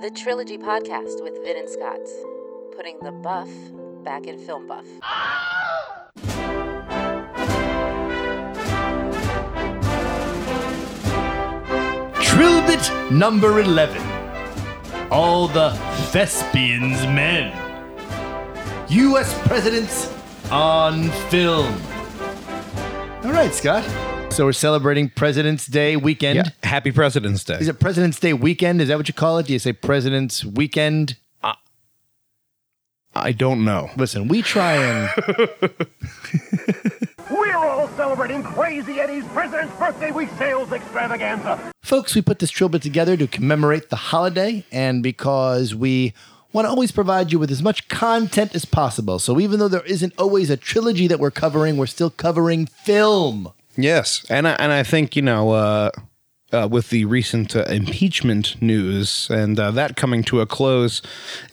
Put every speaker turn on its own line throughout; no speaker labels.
The Trilogy Podcast with Vin and Scott, putting the buff back in film buff.
Trilbit number 11. All the Thespians Men. U.S. Presidents on Film. All right, Scott. So we're celebrating President's Day weekend.
Yeah. Happy President's Day.
Is it President's Day weekend? Is that what you call it? Do you say President's Weekend?
I don't know.
Listen, we try and.
We're all celebrating Crazy Eddie's President's Birthday Week sales extravaganza.
Folks, we put this trilbit together to commemorate the holiday and because we want to always provide you with as much content as possible. So even though there isn't always a trilogy that we're covering, we're still covering film.
Yes, and I, and I think you know uh, uh, with the recent uh, impeachment news and uh, that coming to a close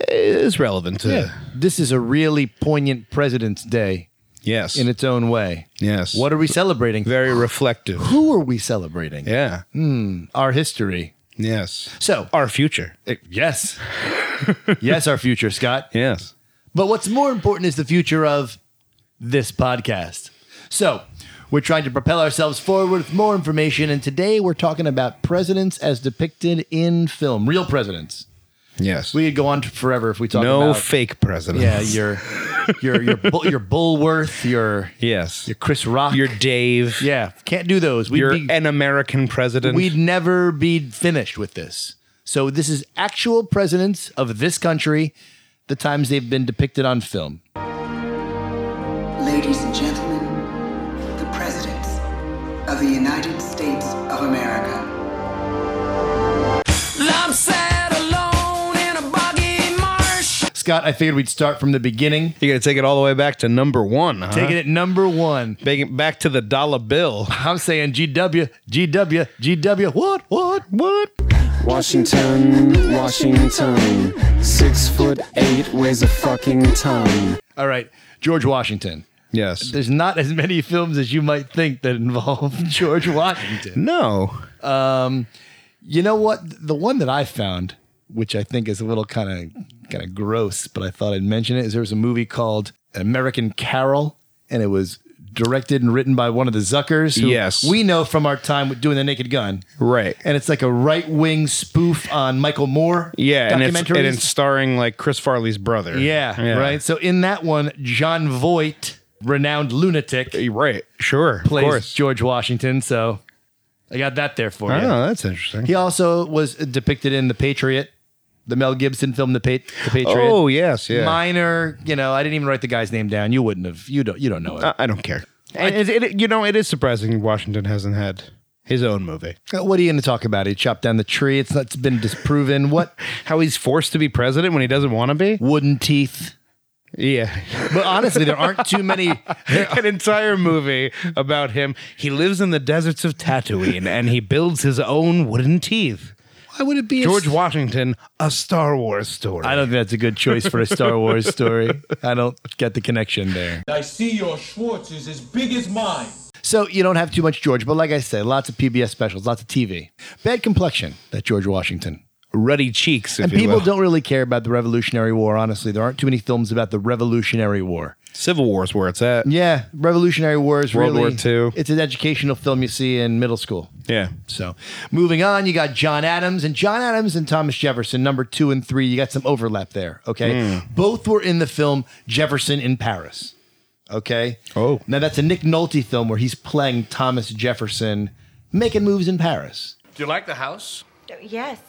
is relevant to
This is a really poignant President's Day
yes,
in its own way.
yes.
What are we celebrating?
very reflective.
Who are we celebrating?
Yeah.
Mm. Our history.
Yes.
So,
Our future.
yes. yes, our future, Scott.
Yes.
But what's more important is the future of this podcast. So, we're trying to propel ourselves forward with more information. And today we're talking about presidents as depicted in film, real presidents.
Yes.
We could go on forever if we talk
no
about.
fake presidents.
yeah, your your your Bull, your Bullworth, your
yes.
your Chris Rock,
You're Dave.
yeah, can't do those. We'd
You're
be,
an American president.
we'd never be finished with this. So this is actual presidents of this country, the times they've been depicted on film.
Ladies and gentlemen, the presidents of the United States of America.
Scott, I figured we'd start from the beginning.
You're gonna take it all the way back to number one. Huh?
Taking it number one.
Take it back to Uh-huh. the dollar bill.
I'm saying GW, GW, GW. What, what, what?
Washington, Washington. Six foot eight weighs a fucking ton.
All right, George Washington.
Yes.
There's not as many films as you might think that involve George Washington.
No.
You know what? The one that I found, which I think is a little kind of kind of gross, but I thought I'd mention it, is there was a movie called American Carol, and it was directed and written by one of the Zuckers, who
Yes.
we know from our time with doing the Naked Gun.
Right.
and it's like a right wing spoof on Michael Moore.
Yeah, and it's, and
documentaries.
it's starring like Chris Farley's brother.
yeah, right. So in that one, John Voight, renowned lunatic,
You're Right. Sure.
plays
of course.
George Washington. So I got that there for you.
Oh, that's interesting.
He also was depicted in The Patriot, the Mel Gibson film, The, pa- the Patriot.
oh, yes. Yeah.
minor. You know, I didn't even write the guy's name down. You wouldn't have. You don't. You don't know it.
I, I don't care. And it, it, you know, it is surprising Washington hasn't had his own movie.
Uh, what are you going to talk about? He chopped down the tree. It's that's been disproven. What
How he's forced to be president when he doesn't want to be.
wooden teeth?
Yeah.
But honestly, there aren't too many.
An entire movie about him. He lives in the deserts of Tatooine and he builds his own wooden teeth.
Why would it be a
George Washington, a Star Wars story.
I don't think that's a good choice for a Star Wars story. I don't get the connection there.
I see your Schwartz is as big as mine.
So you don't have too much George, but like I said, lots of PBS specials, lots of TV. Bad complexion, that George Washington.
Ruddy cheeks. If
And
you
people
will.
don't really care about the Revolutionary War, honestly. There aren't too many films about the Revolutionary War.
Civil War's where it's at.
Yeah, Revolutionary War is
World
really
War II.
It's an educational film you see in middle school.
Yeah.
So moving on, you got John Adams and John Adams and Thomas Jefferson, number two and three. You got some overlap there. Okay. Both were in the film Jefferson in Paris. Okay.
Oh.
Now that's a Nick Nolte film where he's playing Thomas Jefferson making moves in Paris.
Do you like the house?
Yes.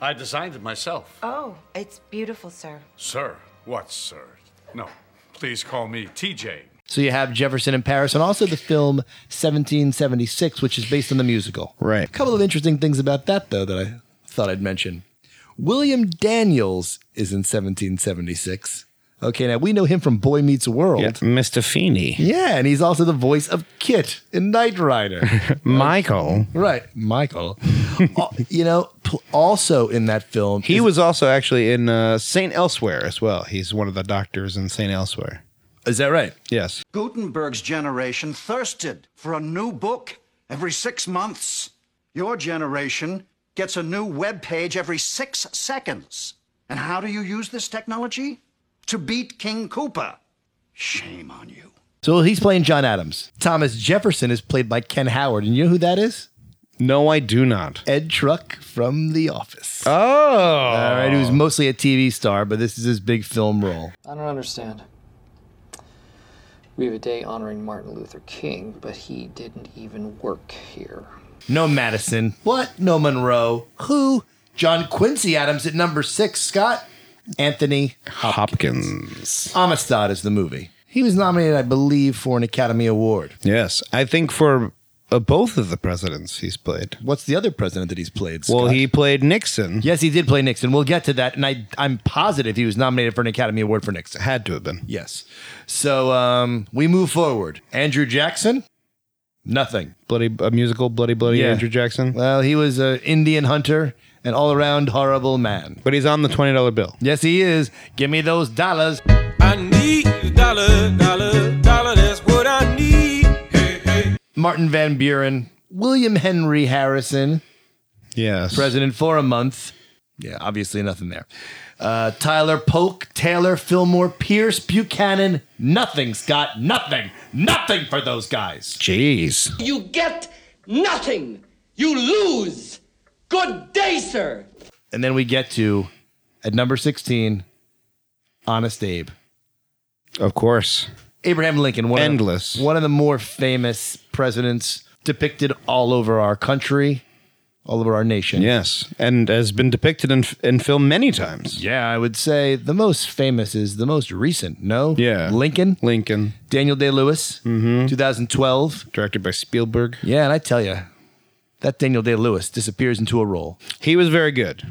I designed it myself.
Oh, it's beautiful, sir.
Sir. What, sir? No. Please call me TJ.
So you have Jefferson in Paris and also the film 1776, which is based on the musical.
Right.
A couple of interesting things about that, though, that I thought I'd mention. William Daniels is in 1776. Okay, now we know him from Boy Meets World.
Yeah, Mr. Feeney.
Yeah, and he's also the voice of Kit in Knight Rider.
Michael.
right, Michael. Al- you know, pl- also in that film,
He
is-
was also actually in uh, St. Elsewhere as well. He's one of the doctors in St. Elsewhere.
Is that right?
Yes.
Gutenberg's generation thirsted for a new book every six months. Your generation gets a new web page every six seconds. And how do you use this technology? To beat King Koopa. Shame on you.
So he's playing John Adams. Thomas Jefferson is played by Ken Howard. And you know who that is?
No, I do not.
Ed Truck from The Office.
Oh.
All right, who's mostly a TV star, but this is his big film role.
I don't understand. We have a day honoring Martin Luther King, but he didn't even work here.
No Madison. What? No Monroe. Who? John Quincy Adams at number six. Scott Anthony Hopkins.
Hopkins.
Amistad is the movie. He was nominated, I believe, for an Academy Award.
Yes, I think for uh, both of the presidents he's played.
What's the other president that he's played?
Well,
Scott?
he played Nixon.
Yes, he did play Nixon. We'll get to that, and I I'm positive he was nominated for an Academy Award for Nixon.
Had to have been.
Yes. So um, we move forward. Andrew Jackson, nothing.
Bloody a musical, bloody bloody
Yeah.
Andrew Jackson.
Well, he was an Indian hunter, an all around horrible man.
But he's on the twenty dollar bill.
Yes, he is. Give me those dollars.
I need a dollar, dollar, dollar. That's what I need. Hey, hey.
Martin Van Buren, William Henry Harrison,
Yes.
president for a month. Yeah, obviously nothing there. Uh, Tyler Polk, Taylor Fillmore, Pierce Buchanan, nothing, Scott, nothing, nothing for those guys.
Jeez.
You get nothing. You lose. Good day, sir.
And then we get to, at number 16, Honest Abe.
Of course.
Abraham Lincoln, one
Endless.
of, the- one of the more famous presidents depicted all over our country, all over our nation.
Yes, and has been depicted in in film many times.
yeah, I would say the most famous is the most recent. No,
Yeah. Mm-hmm.
Lincoln,
Lincoln,
Daniel Day Lewis, 2012.
directed by Spielberg.
Yeah, and I tell you, that Daniel Day Lewis disappears into a role.
He was very good.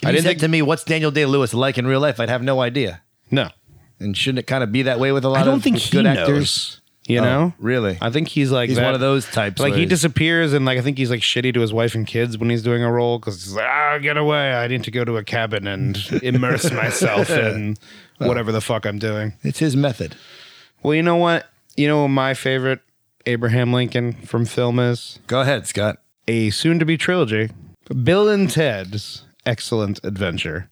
If I
I
you
didn't
said
think
to me, "What's Daniel Day Lewis like in real life?" I'd have no idea.
no.
And shouldn't it kind of be that way with a lot
I don't
of
think he
good
knows.
actors?
You
Oh,
know,
really?
I think he's like
He's
that-
one of those types
Like
where
he
he's-
disappears and like I think he's like shitty to his wife and kids when he's doing a role because he's like, ah, get away! I need to go to a cabin and immerse myself in
Oh.
whatever the fuck I'm doing.
It's his method.
Well, you know what? You know what my favorite Abraham Lincoln from film is
Go ahead, Scott.
a soon-to-be trilogy, Bill and Ted's Excellent Adventure.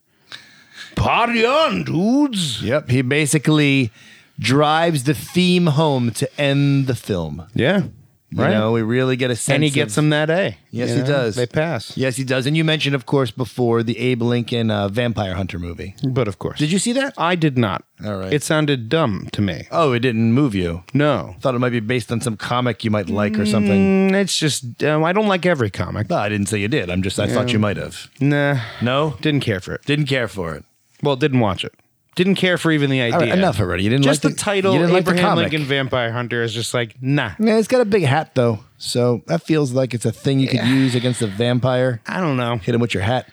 Party on, dudes!
Yep, he basically drives the theme home to end the film.
Yeah,
You
right.
know, we really get a sense.
and he
of-
gets them that A.
Yes,
you
he
know?
does.
They pass.
Yes, he does. And you mentioned, of course, before the Abe Lincoln uh, Vampire Hunter movie.
But of course,
Did you see that?
I did not.
All right.
It sounded dumb to me.
Oh, it didn't move you.
No.
Thought it might be based on some comic you might like or something.
Mm, It's just um, I don't like every comic.
No, I didn't say you did. I'm just I thought you might have.
Nah,
No,
didn't care for it.
didn't care for it.
Well, didn't watch it. Didn't care for even the idea.
All right, enough already. You didn't
Just
like
the title
You didn't like the
Abraham
comic.
Lincoln Vampire Hunter is just like nah.
Yeah, it's got a big hat though, so that feels like it's a thing you could use against a vampire.
I don't know.
Hit him with your hat.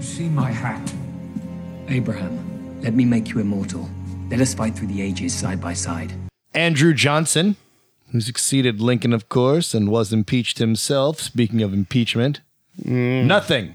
See my hat.
Abraham, let me make you immortal. Let us fight through the ages side by side.
Andrew Johnson, who succeeded Lincoln, of course, and was impeached himself. Speaking of impeachment,
Mm.
nothing.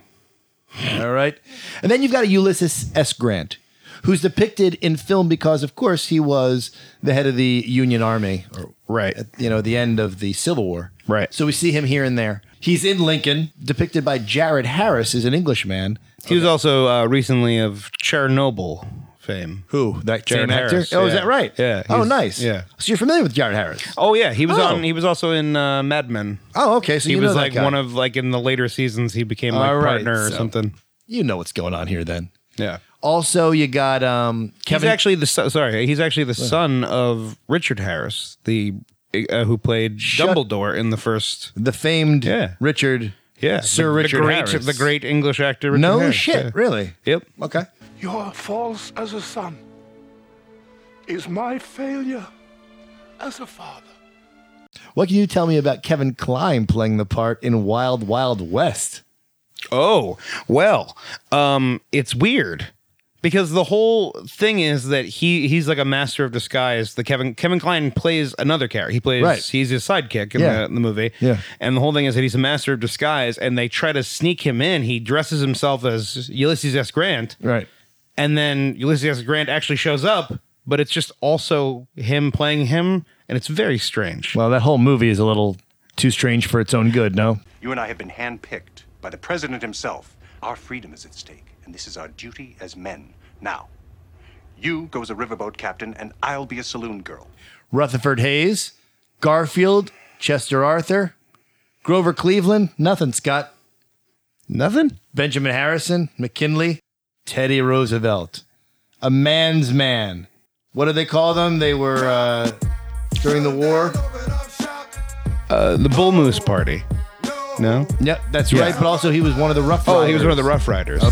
All right. And then you've got a Ulysses S. Grant, who's depicted in film because, of course, he was the head of the Union Army, or,
Right.
at, you know, the end of the Civil War.
Right.
So we see him here and there. He's in Lincoln, depicted by Jared Harris as an Englishman.
He was also uh, recently of Chernobyl fame.
Who? That
Jared
same actor?
Harris,
oh, is
yeah.
that right?
Yeah,
Oh,
he's-
nice.
yeah.
So you're familiar with Jared Harris?
Oh yeah, he was
Oh.
on. He was also in uh, Mad Men.
Oh, okay. So
he
you
was
know that
like
guy.
one of like in the later seasons. He became like
All right,
partner or
so-
something.
you know what's going on here then.
Yeah.
Also, you got um Kevin
he's actually the so- sorry. He's actually the son of Richard Harris, the uh, who played
Shut-
Dumbledore in the first.
the famed
Yeah.
Richard
Yeah,
Sir
the,
Richard
the great,
Harris.
the great English actor. Richard
No
Harris,
shit,
yeah.
really?
Yep.
Okay.
Your false as a son is my failure as a father.
What can you tell me about Kevin Klein playing the part in Wild Wild West?
Oh, well, um, it's weird because the whole thing is that he he's like a master of disguise. The Kevin Kevin Klein plays another character. He plays
Right.
he's his sidekick in,
Yeah.
the, in the movie.
Yeah.
And the whole thing is that he's a master of disguise and they try to sneak him in. He dresses himself as Ulysses S. Grant
Right.
and then Ulysses S. Grant actually shows up, but it's just also him playing him and it's very strange.
Well, that whole movie is a little too strange for its own good, no?
You and I have been handpicked
by the president himself. Our freedom is at stake, and this is our duty as men. Now, you go as a riverboat captain, and I'll be a saloon girl.
Rutherford Hayes, Garfield, Chester Arthur, Grover Cleveland, nothing, Scott. Nothing? Benjamin Harrison, McKinley, Teddy Roosevelt. A man's man. What did they call them? They were uh, during the war.
Uh, the Bull Moose Party. No?
Yep, that's
Yeah.
right. But also, he was one of the Rough Riders.
Oh, he was one of the Rough Riders.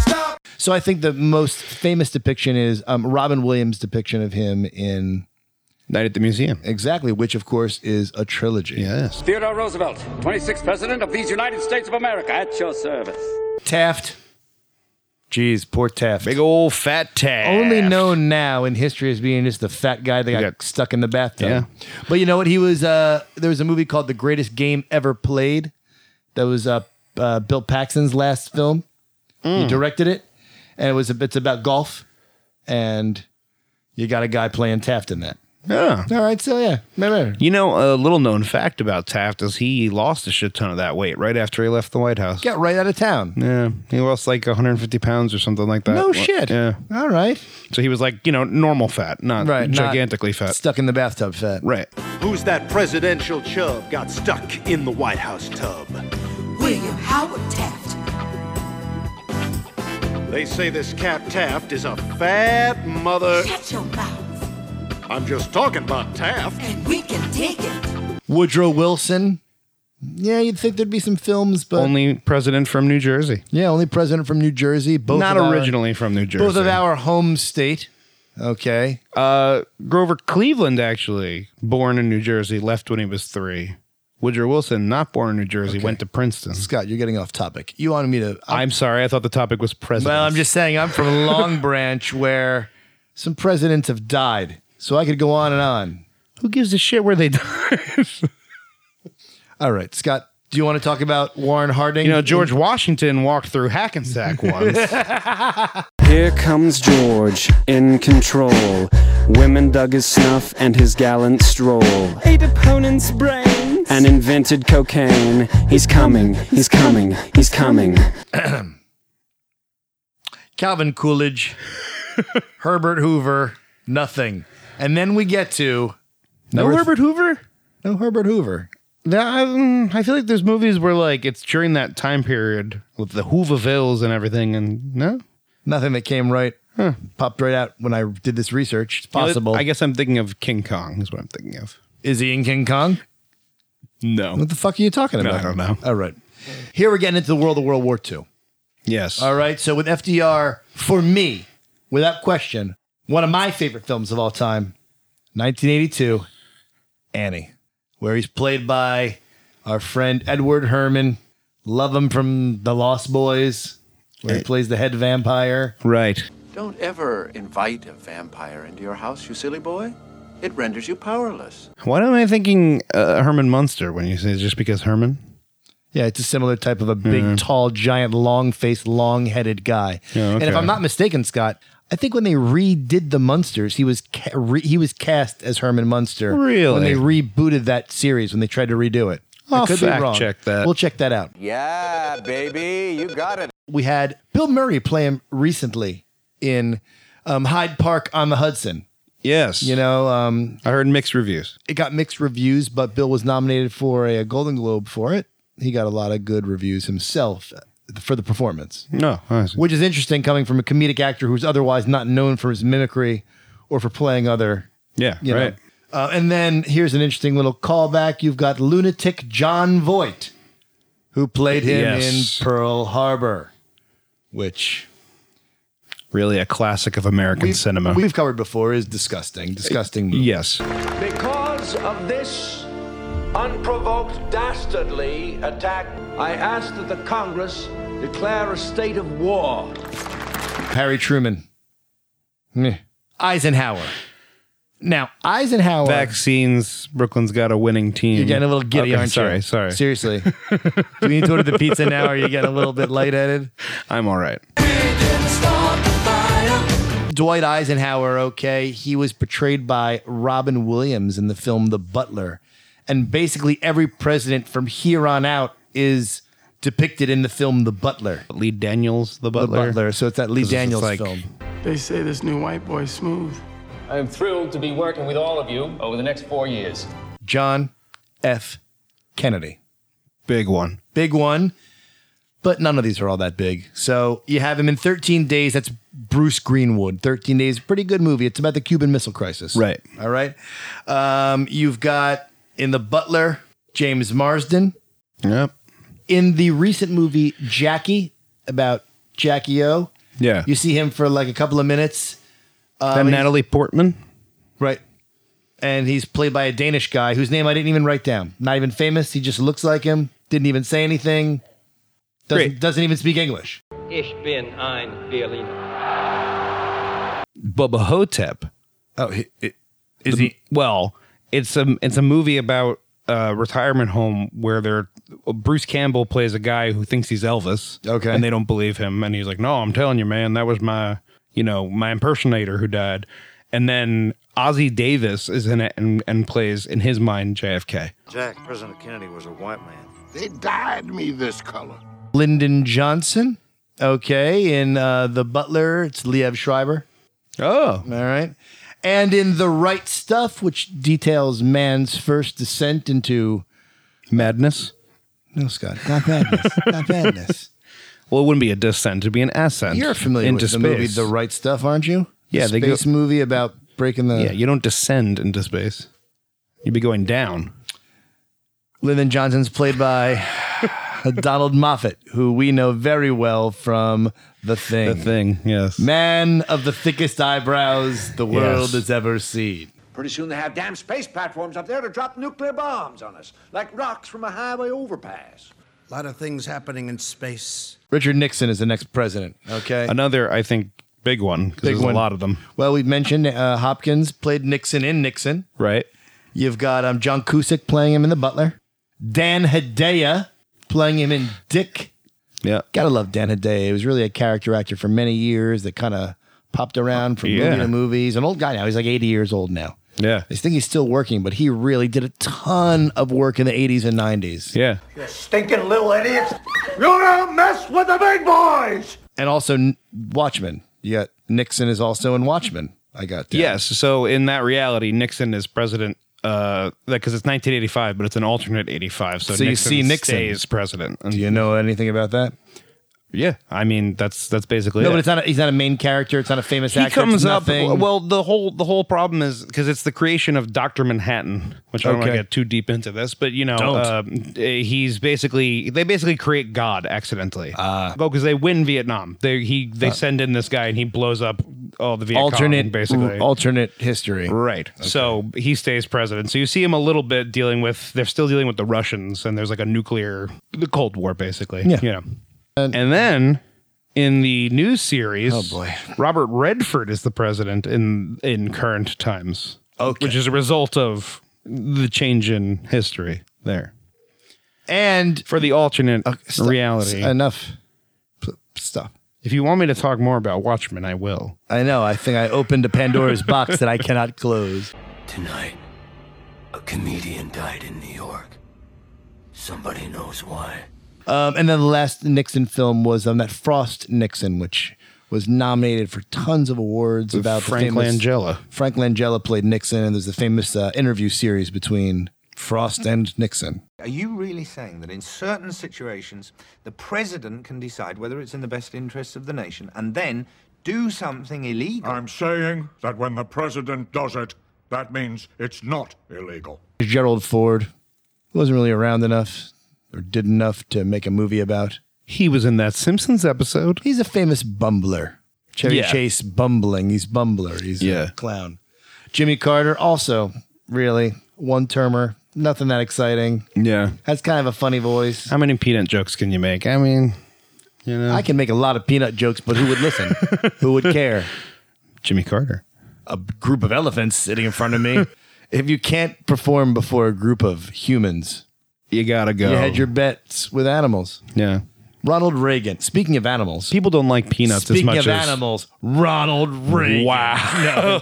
So I think the most famous depiction is um, Robin Williams' depiction of him in
Night at the Museum.
Exactly, which of course is a trilogy. Yes.
Theodore Roosevelt, 26th President of these United States of America, at your service.
Taft. Jeez, poor Taft. Big
old fat Taft.
Only known now in history as being just the fat guy that got stuck in the bathtub.
Yeah.
But you know what? He was uh there was a movie called The Greatest Game Ever Played that was uh, uh Bill Paxton's last film. He
Mm.
directed it. And it was a, it's about golf and you got a guy playing Taft in that.
Yeah.
All right, so yeah. Remember.
You know, a little known fact about Taft is he lost a shit ton of that weight right after he left the White House.
Got right out of town.
Yeah, he lost like 150 pounds or something like that.
No
Well,
shit.
Yeah.
All right.
So he was like, you know, normal fat, not
Right, not
Uh, gigantically fat.
Stuck in the bathtub fat.
Right.
Who's that presidential chub got stuck in the White House tub?
William Howard Taft.
They say this Cap Taft is a fat mother.
Shut your mouth,
I'm just talking about Taft.
and we can dig it.
Woodrow Wilson. Yeah, you'd think there'd be some films, but
Only president from New Jersey.
yeah, only president from New Jersey. Both
not
of our-
originally from New Jersey.
Both of our home state. Okay.
Uh, Grover Cleveland, actually, born in New Jersey, left when he was three. Woodrow Wilson, not born in New Jersey, went to Princeton.
Scott, you're getting off topic. You wanted me to.
I'm, sorry. I thought the topic was president.
Well, I'm just saying, I'm from Long Branch, where some presidents have died, so I could go on and on.
Who gives a shit where they died?
All right, Scott, do you want to talk about Warren Harding?
You know, Uh, George Washington walked through Hackensack once.
Here comes George, in control. Women dug his snuff and his gallant stroll.
Eight opponents' brains.
And invented cocaine. He's coming, he's coming, he's coming.
Calvin Coolidge, Herbert Hoover, nothing, and then we get to
No
number-
Herbert Hoover?
No Herbert Hoover.
That, I, mm, I feel like there's movies where like it's during that time period with the Hoovervilles and everything, and no,
nothing that came right popped right out when I did this research. It's possible.
I guess I'm thinking of King Kong. Is what I'm thinking of.
Is he in King Kong?
No.
What the fuck are you talking
No,
about?
I don't know.
All right. Here we're getting into the world of World War II.
Yes.
All right. So with FDR, for me, without question, one of my favorite films of all time, 1982, Annie, where he's played by our friend Edward Herman. Love him from The Lost Boys, where he plays the head vampire.
Right.
Don't ever invite a vampire into your house, you silly boy. It renders you powerless.
Why am I thinking uh, Herman Munster when you say just because Herman?
Yeah, it's a similar type of a big,
Yeah.
tall, giant, long faced, long headed guy.
Mm. Yeah,
And if
okay.
I'm not mistaken, Scott, I think when they redid the Munsters, he was ca- re- he was cast as Herman Munster. When they rebooted that series, when they tried to redo it, I
I'll
could be
fact
wrong.
check that.
We'll check that out.
Yeah, baby, you got it.
We had Bill Murray play him recently in um, Hyde Park on the Hudson.
Yes.
You know, um,
I heard mixed reviews.
it got mixed reviews, but Bill was nominated for a Golden Globe for it. He got a lot of good reviews himself for the performance.
No. I see.
which is interesting coming from a comedic actor who's otherwise not known for his mimicry or for playing other.
Yeah.
You
right.
Know. Uh, and then here's an interesting little callback. You've got lunatic John Voight, who played him
Yes.
in Pearl Harbor, which
Really a classic of American cinema.
we've covered before is disgusting. Disgusting movie.
yes.
Because of this unprovoked dastardly attack, I ask that the Congress declare a state of war.
Harry Truman. Meh. Eisenhower. Now, Eisenhower.
Vaccines. Brooklyn's got a winning team.
You're getting a little giddy,
Okay,
aren't
sorry,
you?
Sorry.
Seriously. Do we need to order the pizza now or are you getting a little bit lightheaded?
I'm all right.
Dwight Eisenhower, okay, he was portrayed by Robin Williams in the film The Butler. And basically every president from here on out is depicted in the film The Butler.
Lee Daniels, The Butler.
Butler, so it's that Lee
'Cause it's
Daniels
like-
film.
They say this new white boy's smooth.
I am thrilled to be working with all of you over the next four years.
John F. Kennedy.
Big one.
Big one. But none of these are all that big. So you have him in 13 Days. That's Bruce Greenwood. 13 Days, pretty good movie. It's about the Cuban Missile Crisis.
Right.
All right. Um, you've got in The Butler, James Marsden.
Yep.
In the recent movie Jackie, about Jackie O,
Yeah.
you see him for like a couple of minutes. Um,
That
and he's-
Natalie Portman.
Right. And he's played by a Danish guy whose name I didn't even write down. Not even famous. He just looks like him. Didn't even say anything. Doesn't, doesn't even speak English.
Ich bin ein Berliner.
Bubba Hotep. Oh, he, it, is he? Well, it's a it's a movie about a retirement home where they're Bruce Campbell plays a guy who thinks he's Elvis.
Okay.
and they don't believe him, and he's like, "No, I'm telling you, man, that was my you know my impersonator who died." And then Ozzy Davis is in it and, and plays in his mind JFK.
Jack, President Kennedy was a white man.
They dyed me this color.
Lyndon Johnson. Okay. In uh, The Butler, it's Liev Schreiber.
Oh.
All right. And in The Right Stuff, which details man's first descent into
Madness.
No, Scott, not madness. not madness.
Well, it wouldn't be a descent; it'd be an ascent.
You're familiar
into
with the
space.
movie The Right Stuff, aren't you?
Yeah,
the
they go-
space movie about breaking the.
yeah, you don't descend into space; you'd be going down.
Lyndon Johnson's played by Donald Moffat, who we know very well from The Thing.
The Thing, yes.
Man of the thickest eyebrows the world
Yes.
has ever seen.
Pretty soon they have damn space platforms up there to drop nuclear bombs on us, like rocks from a highway overpass. A lot of things happening in space.
Richard Nixon is the next president. Okay.
Another, I think, big one because
Big
there's
one.
a lot of them.
Well, we've mentioned uh, Hopkins played Nixon in Nixon.
Right.
You've got um, John Cusick playing him in The Butler. Dan Hedaya playing him in Dick.
Yeah.
Gotta love Dan Hedaya. He was really a character actor for many years that kind of popped around from
Yeah.
movie to movie. He's an old guy now. He's like 80 years old now.
Yeah.
I think he's still working, but he really did a ton of work in the 80s and 90s.
Yeah.
You stinking little idiots.
You don't mess with the big boys!
And also N- Watchmen. You got Nixon is also in Watchmen. I got that.
Yes. So in that reality, Nixon is president. Uh, because it's 1985, but it's an alternate 85. So,
So you see Nixon.
stays president. And
Do you know anything about that?
yeah, I mean that's that's basically
No,
it.
but it's not. A, he's not a main character. It's not a famous actor.
He comes
it's
up.
nothing.
Well, the whole the whole problem is because it's the creation of Doctor Manhattan, which I don't want to
Okay.
get too deep into this, but you know,
Don't.
uh, he's basically they basically create God accidentally.
Ah.
Uh, because they win Vietnam. They he they send in this guy and he blows up all the Viet Cong,
Uh. alternate mm,
basically.
alternate history.
Right. So he stays president. So you see him a little bit dealing with, they're still dealing with the Russians, and there's like a nuclear, the Cold War, basically.
Yeah.
You know. And, then in the new series,
Oh, boy.
Robert Redford is the president in in current times,
Okay.
which is a result of the change in history there
and
for the alternate
Stop.
reality.
Enough. P- Stop.
if you want me to talk more about Watchmen, I will.
I know. I think I opened a Pandora's box that I cannot close.
Tonight, a comedian died in New York. Somebody knows why.
Um, and then the last Nixon film was um, that Frost Nixon, which was nominated for tons of awards
With
about the
Frank
famous-
Langella.
Frank Langella played Nixon, and there's the famous uh, interview series between Frost and Nixon.
Are you really saying that in certain situations, the president can decide whether it's in the best interests of the nation and then do something illegal?
I'm saying that when the president does it, that means it's not illegal.
Gerald Ford wasn't really around enough or did enough to make a movie about.
He was in that Simpsons episode.
He's a famous bumbler. Chevy
Yeah.
Chase bumbling. He's bumbler. He's a clown. Jimmy Carter also really one termer. Nothing that exciting.
Yeah.
Has kind of a funny voice.
How many peanut jokes can you make? I mean, you know,
I can make a lot of peanut jokes, but who would listen? who would care?
Jimmy Carter.
A group of elephants sitting in front of me. if you can't perform before a group of humans,
you gotta go.
You had your bets with animals.
Yeah.
Ronald Reagan. Speaking of animals,
people don't like peanuts
speaking
as much
of
as
animals. Ronald Reagan.
Wow.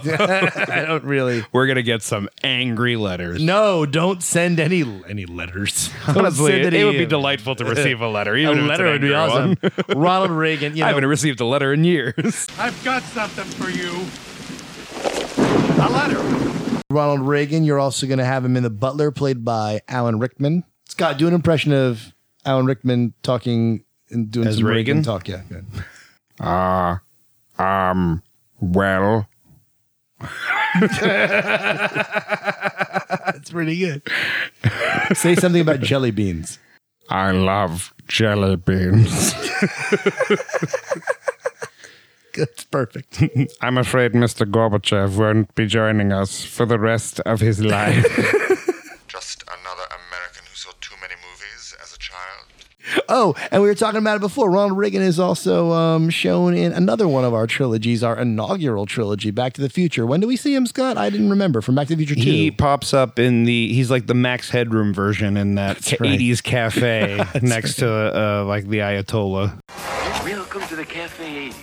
No, I don't really.
We're gonna get some angry letters.
No, don't send any any letters. Don't
Honestly,
send
it,
any-
it would be delightful to receive a letter. Even
a
if it's
letter
an
would be
angry
awesome.
one.
Ronald Reagan. You
I
know,
haven't received a letter in years.
I've got something for you.
A letter.
Ronald Reagan. You're also going to have him in The Butler, played by Alan Rickman. Scott, do an impression of Alan Rickman talking and doing
As
some Reagan?
Reagan?
talk. Yeah, good.
Ah, um, well,
that's pretty good. Say something about jelly beans.
I love jelly beans.
Good, it's perfect.
I'm afraid Mr. Gorbachev won't be joining us for the rest of his life.
Just another American who saw too many movies as a child.
Oh, and we were talking about it before. Ronald Reagan is also um, shown in another one of our trilogies, our inaugural trilogy, Back to the Future. When do we see him, Scott? I didn't remember from Back to the Future Two.
he pops up in the he's like the Max Headroom version in that ca-
right.
80s cafe
That's
next to uh, like the Ayatollah.
Welcome to the Cafe 80s,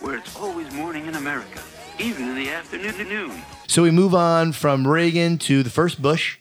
where it's always morning in America, even in the afternoon to noon.
So we move on from Reagan to the first Bush,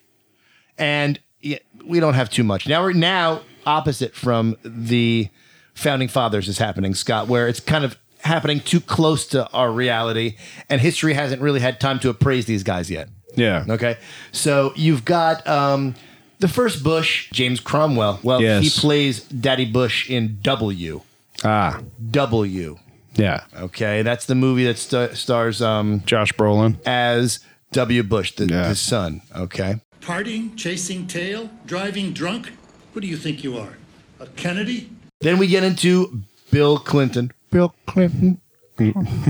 and yeah, we don't have too much. Now we're now opposite from the founding fathers is happening, Scott, where it's kind of happening too close to our reality, and history hasn't really had time to appraise these guys yet.
Yeah.
Okay. So you've got um, the first Bush, James Cromwell. Well,
Yes.
he plays Daddy Bush in W.
Ah.
W.
Yeah.
Okay, that's the movie that st- stars um,
Josh Brolin
as W. Bush, the, the son. Okay,
Partying, chasing tail, driving drunk? Who do you think you are? A Kennedy?
then we get into Bill Clinton. Bill Clinton.
Mm.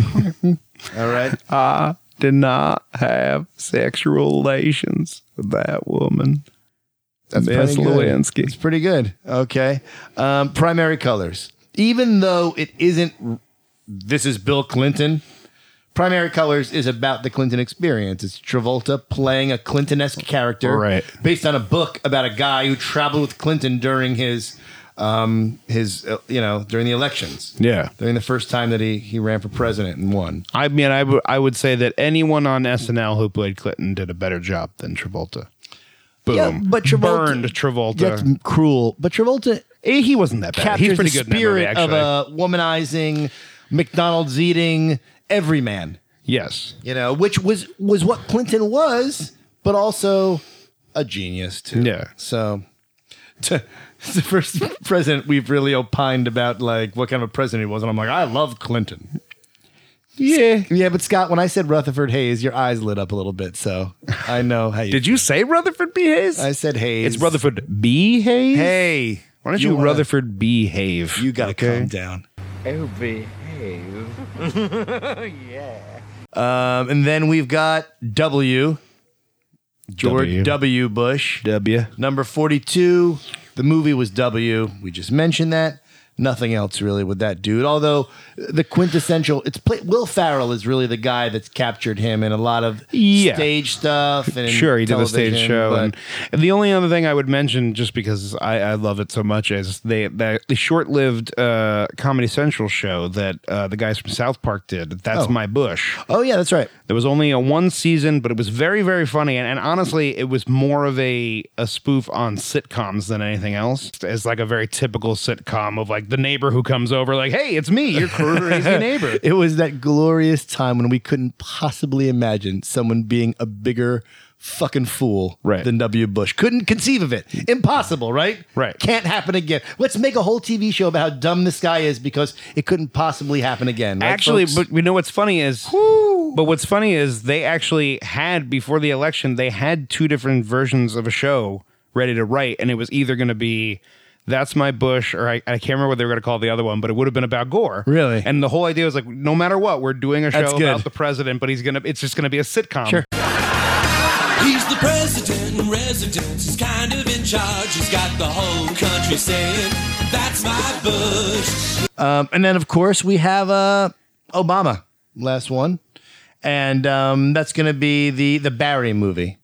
All right.
I did not have sexual relations with that woman.
That's
Miss
pretty good.
Lewinsky.
It's pretty good. Okay. Um, primary colors. Even though it isn't, this is Bill Clinton. Primary Colors is about the Clinton experience. It's Travolta playing a Clinton esque character
Right.
based on a book about a guy who traveled with Clinton during his, um, his uh, you know, during the elections.
Yeah.
During the first time that he, he ran for president and won.
I mean, I would- I would say that anyone on SNL who played Clinton did a better job than Travolta. Boom.
Yeah, but Travolta-
Burned Travolta.
That's cruel. But Travolta,
Eh, he wasn't that bad.
captures
He's pretty
the
good in that movie,
spirit
actually.
of a womanizing, McDonald's eating everyman.
yes.
You know, which was was what Clinton was, but also a genius too.
Yeah.
So. t- it's the first president we've really opined about, like what kind of a president he was, and I'm like, I love Clinton.
Yeah.
Yeah, but Scott, when I said Rutherford Hayes, your eyes lit up a little bit, so I know how you.
Did you say Rutherford B. Hayes?
I said Hayes.
it's Rutherford B. Hayes?
Hey,
Why don't you,
wanna-
Rutherford behave?
uh, You gotta
okay?
calm down.
Oh, behave. yeah.
Um, and then we've got W. George
W.
W. Bush.
W.
Number 42. The movie was W. We just mentioned that. Nothing else really with that dude. Although the quintessential, it's play, Will Farrell is really the guy that's captured him in a lot of
Yeah.
stage stuff. And in
sure he did a stage
television,
show
but-
and, and the only other thing i would mention just because i, I love it so much is they that the short-lived uh, comedy central show that uh, the guys from south park did that's
Oh.
my bush
oh yeah, that's right.
there was only a one season but it was very very funny and, and honestly it was more of a, a spoof on sitcoms than anything else it's like a very typical sitcom of like the neighbor who comes over like hey it's me your crazy neighbor
It was that glorious time when we couldn't possibly imagine someone being a bigger fucking fool
Right.
than W. Bush. Couldn't conceive of it. Impossible, right?
Right.
Can't happen again. Let's make a whole TV show about how dumb this guy is because it couldn't possibly happen again. right,
actually,
folks?
but you know what's funny is, but what's funny is they actually had before the election they had two different versions of a show ready to write, and it was either going to be. That's my Bush, or I, I can't remember what they were going to call the other one, but it would have been about Gore.
Really?
And the whole idea was like, no matter what, we're doing a
That's
show
good.
about the president, but he's gonna, it's just gonna be a sitcom.
Sure.
He's the president in residence. He's kind of in charge. He's got the whole country saying, That's my Bush.
Um, and then, of course, we have uh, Obama, last one. And um, that's going to be the, the Barry movie.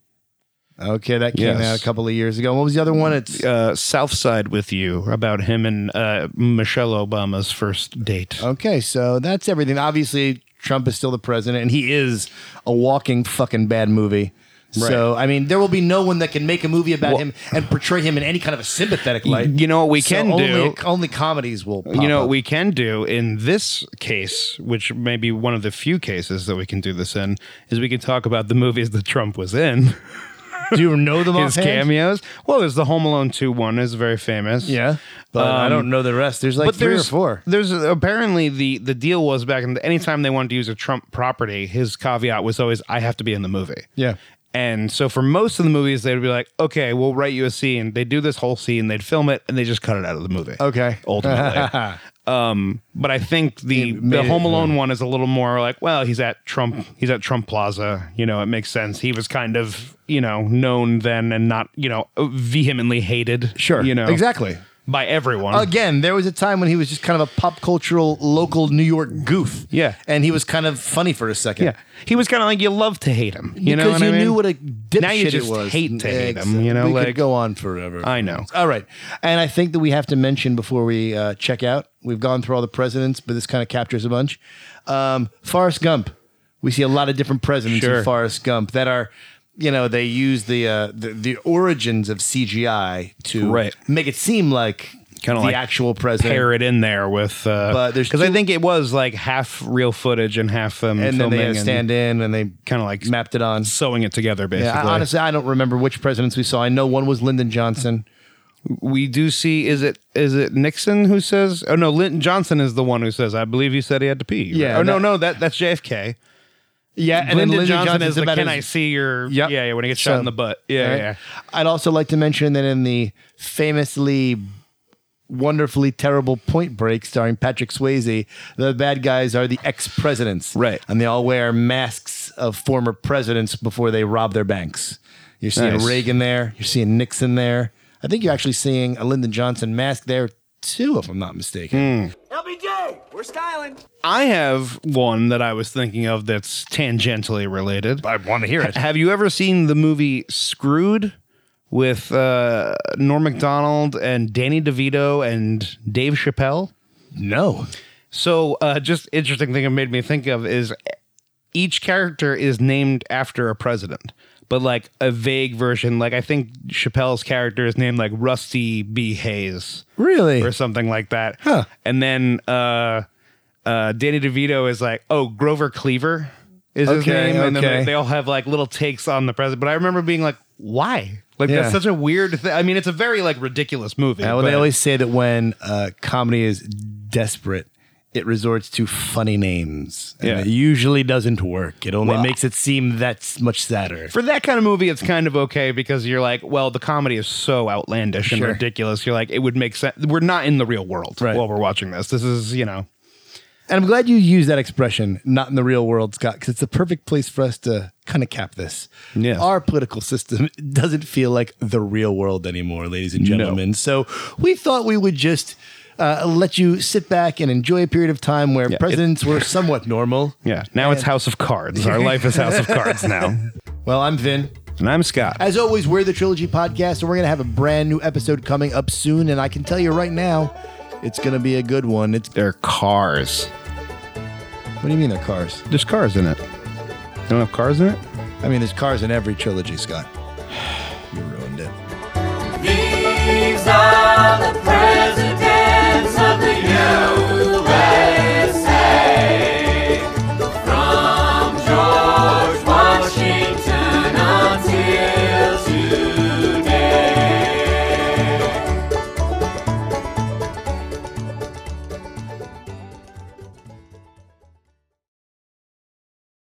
Okay, that came
Yes.
out a couple of years ago. What was the other one? It's
uh, Southside with you about him and uh, Michelle Obama's first date.
Okay, so that's everything. Obviously, Trump is still the president, and he is a walking fucking bad movie. So, I mean, there will be no one that can make a movie about
Well-
him and portray him in any kind of a sympathetic light.
You know what we
So
can
only,
do-
Only comedies will. Pop
you know
up.
what we can do in this case, which may be one of the few cases that we can do this in, is we can talk about the movies that Trump was in.
do you know them
His
offhand?
cameos. Well, there's the Home Alone two one is very famous.
Yeah, but I don't know the rest. There's like
Um, but
three or
there's-
four.
There's uh, apparently the the deal was back in the, anytime they wanted to use a Trump property, his caveat was always I have to be in the movie.
Yeah.
And so for most of the movies, they'd be like, okay, we'll write you a scene. They do this whole scene, they'd film it, and they just cut it out of the movie.
Okay.
Ultimately. um, but I think the the
made it-
Home Alone one is a little more like, well, he's at Trump, he's at Trump Plaza. You know, it makes sense. He was kind of, you know, known then and not, you know, vehemently hated. Sure. You know.
exactly.
By everyone.
Again, there was a time when he was just kind of a pop cultural local New York goof. Yeah. And he was kind of funny for a second.
Yeah. He was kind of like you love to hate him. You know
because
what
you
I mean?
knew what a
Now you
dipshit
just
it was.
hate to hate
Exactly.
him. You know,
we
like
could go on forever.
I know.
All right, and I think that we have to mention before we uh, check out. We've gone through all the presidents, but this kind of captures a bunch. Um, Forrest Gump. We see a lot of different presidents
Sure.
in Forrest Gump that are, you know, they use the uh, the, the origins of CGI to
Right.
make it seem like
kind of
the
like
actual president.
pair it in there with. Uh,
But there's
because I
two-
think it was like half real footage and half
and
um,
then
filming
they had a stand in and they
kind of like
mapped it on,
sewing it together. Basically,
Yeah, I- honestly, I don't remember which presidents we saw. I know one was Lyndon Johnson.
we do see is it is it Nixon who says? Oh no, Lyndon Johnson is the one who says. I believe you said he had to pee.
Yeah,
Oh no,
that-
no, that that's JFK.
Yeah,
and then Lyndon Johnson, is the
about
can
his-
I see your
Yep.
yeah yeah when he gets shot
So-
in the butt yeah
Alright.
yeah
I'd also like to mention that in the famously wonderfully terrible Point Break starring Patrick Swayze, the bad guys are the ex presidents, right? And they all wear masks of former presidents before they rob their banks. You're seeing
Nice.
Reagan there. You're seeing Nixon there. I think you're actually seeing a Lyndon Johnson mask there too, if I'm not mistaken.
LBJ, we're styling.
I have one that I was thinking of that's tangentially related. I want to hear it. Have you ever seen the movie Screwed with uh, Norm MacDonald and Danny DeVito and Dave Chappelle?
No.
So, uh, just interesting thing it made me think of is each character is named after a president, but like a vague version. Like I think Chappelle's character is named like Rusty B. Hayes.
Really?
Or something like that. Huh. And then uh uh Danny DeVito is like, oh, Grover Cleaver is his
Okay,
name. And then
okay.
they, they all have like little takes on the president. But I remember being like, why? Like
Yeah.
that's such a weird thing. I mean, it's a very like ridiculous movie.
Yeah, Uh, well, they
but-
always say that when uh, comedy is desperate, it resorts to funny names. And
Yeah.
It usually doesn't work. It only
Well,
makes it seem that's much sadder.
for that kind of movie, it's kind of okay because you're like, well, the comedy is so outlandish and
Sure.
ridiculous. You're like, it would make sense. We're not in the real world while we're watching this. This is, you know,
And I'm glad you used that expression, not in the real world, Scott, because it's the perfect place for us to kind of cap this.
Yes.
Our political system doesn't feel like the real world anymore, ladies and gentlemen. So we thought we would just uh, let you sit back and enjoy a period of time where presidents were somewhat normal.
yeah. Now it's House of Cards. Our life is House of Cards now.
Well, I'm Vin.
And I'm Scott.
As always, we're the Trilogy Podcast, and we're going to have a brand new episode coming up soon. And I can tell you right now, it's going to be a good one. It's
their cars.
What do you mean they're cars?
There's cars in it. You don't have cars in it?
I mean, there's cars in every trilogy, Scott. You ruined it.
These are the presidents of the United